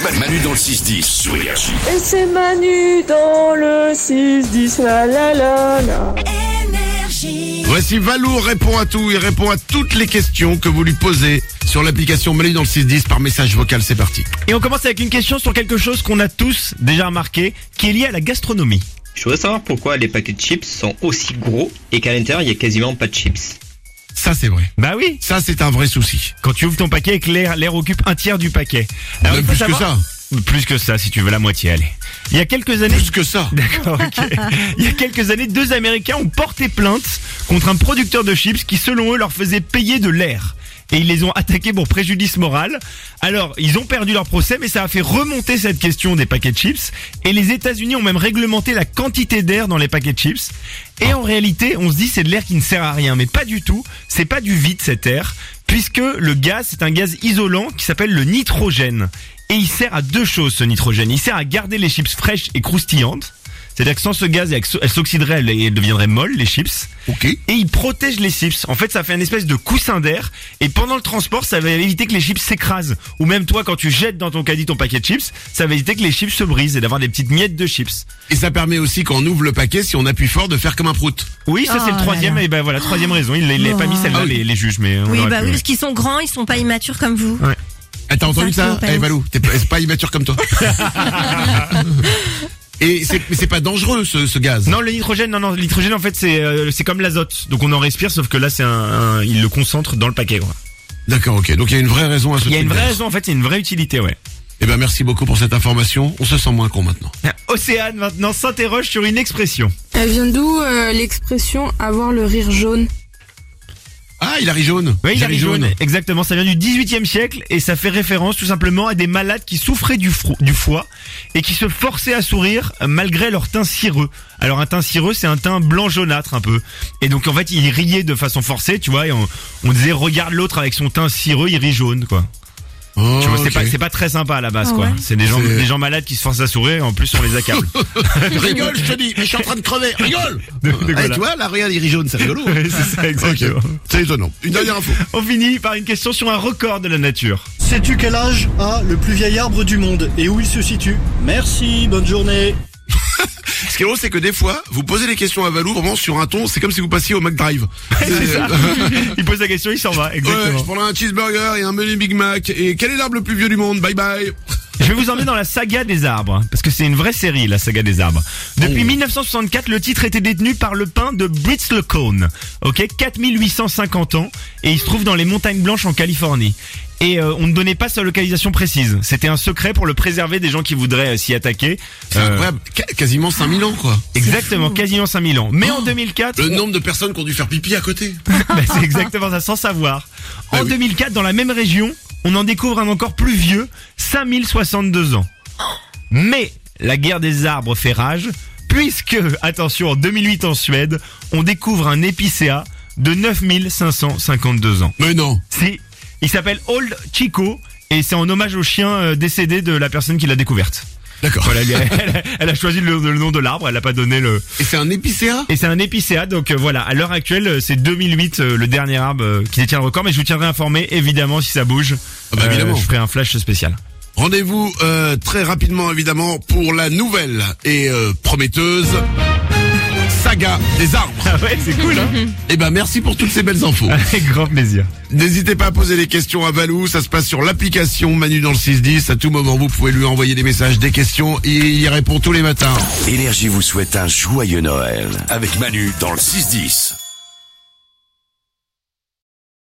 Manu, Manu dans le 6-10 sur Énergie. Et c'est Manu dans le 6-10, la la la la. Voici Valou répond à tout, il répond à toutes les questions que vous lui posez sur l'application Manu dans le 610 par message vocal, c'est parti. Et on commence avec une question sur quelque chose qu'on a tous déjà remarqué, qui est lié à la gastronomie. Je voudrais savoir pourquoi les paquets de chips sont aussi gros et qu'à l'intérieur il y a quasiment pas de chips. Ça c'est vrai. Bah oui, Ça c'est un vrai souci. quand tu ouvres ton paquet et que l'air, l'air occupe un tiers du paquet. Alors, Même il Ah faut plus savoir- que ça. Plus que ça, si tu veux la moitié, allez. Il y a quelques années, Plus que ça. D'accord, ok. Il y a quelques années, deux Américains ont porté plainte contre un producteur de chips qui, selon eux, leur faisait payer de l'air. Et ils les ont attaqués pour préjudice moral. Alors, ils ont perdu leur procès, mais ça a fait remonter cette question des paquets de chips. Et les États-Unis ont même réglementé la quantité d'air dans les paquets de chips. Et en réalité, on se dit c'est de l'air qui ne sert à rien, mais pas du tout. C'est pas du vide cet air, puisque le gaz, c'est un gaz isolant qui s'appelle le nitrogène. Et il sert à deux choses ce nitrogène. Il sert à garder les chips fraîches et croustillantes. C'est-à-dire que sans ce gaz, elles elles s'oxyderaient elles- et elles deviendraient molles, les chips. Ok. Et il protège les chips. En fait, ça fait un espèce de coussin d'air. Et pendant le transport, ça va éviter que les chips s'écrasent. Ou même toi, quand tu jettes dans ton caddie ton paquet de chips, ça va éviter que les chips se brisent et d'avoir des petites miettes de chips. Et ça permet aussi quand on ouvre le paquet, si on appuie fort, de faire comme un prout. Oui, ça Oh c'est le là troisième. là. Oh. Et ben voilà, troisième raison. Il l'a pas mis celle-là, Ah oui. les, les juges, mais on Oui, aurait bah pu, oui, ouais. parce qu'ils sont grands, ils sont pas immatures comme vous. Ah, T'as entendu ça Vincent Eh Lopez. Valou, t'es pas c'est pas immature comme toi. Et c'est mais c'est pas dangereux ce, ce gaz. Non, le nitrogène, non, non, le nitrogène en fait c'est euh, c'est comme l'azote. Donc on en respire, sauf que là c'est un, un- il le concentre dans le paquet. quoi. D'accord, ok. Donc il y a une vraie raison à ce Il y a une truc-là. vraie raison en fait, il y a une vraie utilité, ouais. Eh ben merci beaucoup pour cette information. On se sent moins con maintenant. Océane maintenant s'interroge sur une expression. Elle vient d'où euh, l'expression avoir le rire jaune Ah, il a ri jaune. Oui, Il la a ri jaune. Exactement, ça vient du 18e siècle et ça fait référence tout simplement à des malades qui souffraient du, fro- du foie et qui se forçaient à sourire euh, malgré leur teint cireux. Alors un teint cireux, c'est un teint blanc jaunâtre un peu. Et donc en fait, ils riaient de façon forcée, tu vois, et on, on disait regarde l'autre avec son teint cireux, il rit jaune quoi. Oh, Tu vois, c'est ok. pas c'est pas très sympa à la base Ah quoi. ouais. C'est des gens C'est- des gens malades qui se forcent à sourire et en plus on les accable. Rigole, je te dis, mais je suis en train de crever. Rigole Donc, donc, Eh, voilà. Tu vois, là, regarde, il rit jaune, c'est rigolo. Ouais, c'est ça, exactement. Ok. C'est étonnant. Une dernière info. On finit par une question sur un record de la nature. Sais-tu quel âge a le plus vieil arbre du monde et où il se situe Merci, bonne journée. Ce qui est drôle, c'est que des fois, vous posez des questions à Valou vraiment sur un ton, c'est comme si vous passiez au McDrive. C'est ça. il pose la question, il s'en va. Ouais, Exactement. je prends un cheeseburger et un menu Big Mac. Et quel est l'arbre le plus vieux du monde Bye bye. Je vais vous emmener dans la saga des arbres, hein, parce que c'est une vraie série, la saga des arbres. Oh. Depuis 1964, le titre était détenu par le pin de Britslcone, ok, 4850 ans, et il se trouve dans les montagnes blanches en Californie. Et euh, on ne donnait pas sa localisation précise. C'était un secret pour le préserver des gens qui voudraient euh, s'y attaquer. C'est Euh, incroyable. Qu- quasiment 5000 ans, quoi. Exactement, quasiment 5000 ans. Mais en 2004, Oh, Le nombre de personnes qui ont dû faire pipi à côté. bah, c'est exactement ça, sans savoir. En Bah oui. 2004, dans la même région, on en découvre un encore plus vieux, 5062 ans. Mais la guerre des arbres fait rage, puisque, attention, en 2008 en Suède, on découvre un épicéa de 9552 ans. Mais non. Si, il s'appelle Old Chico, et c'est en hommage au chien euh, décédé de la personne qui l'a découverte. D'accord. Voilà, elle, elle- elle a choisi le, le nom de l'arbre, elle n'a pas donné le... Et c'est un épicéa Et c'est un épicéa, donc euh, voilà, à l'heure actuelle, euh, c'est 2008 euh, le dernier arbre euh, qui détient le record, mais je vous tiendrai informé, évidemment, si ça bouge. Euh, Ah bah, évidemment. je ferai un flash spécial. Rendez-vous euh, très rapidement, évidemment, pour la nouvelle et euh, prometteuse saga des arbres. Ah ouais, c'est cool, hein Eh ben, merci pour toutes ces belles infos. Avec grand plaisir. N'hésitez pas à poser des questions à Valou, ça se passe sur l'application Manu dans le 610. À tout moment, vous pouvez lui envoyer des messages, des questions, il y répond tous les matins. Énergie vous souhaite un joyeux Noël avec Manu dans le 6-10.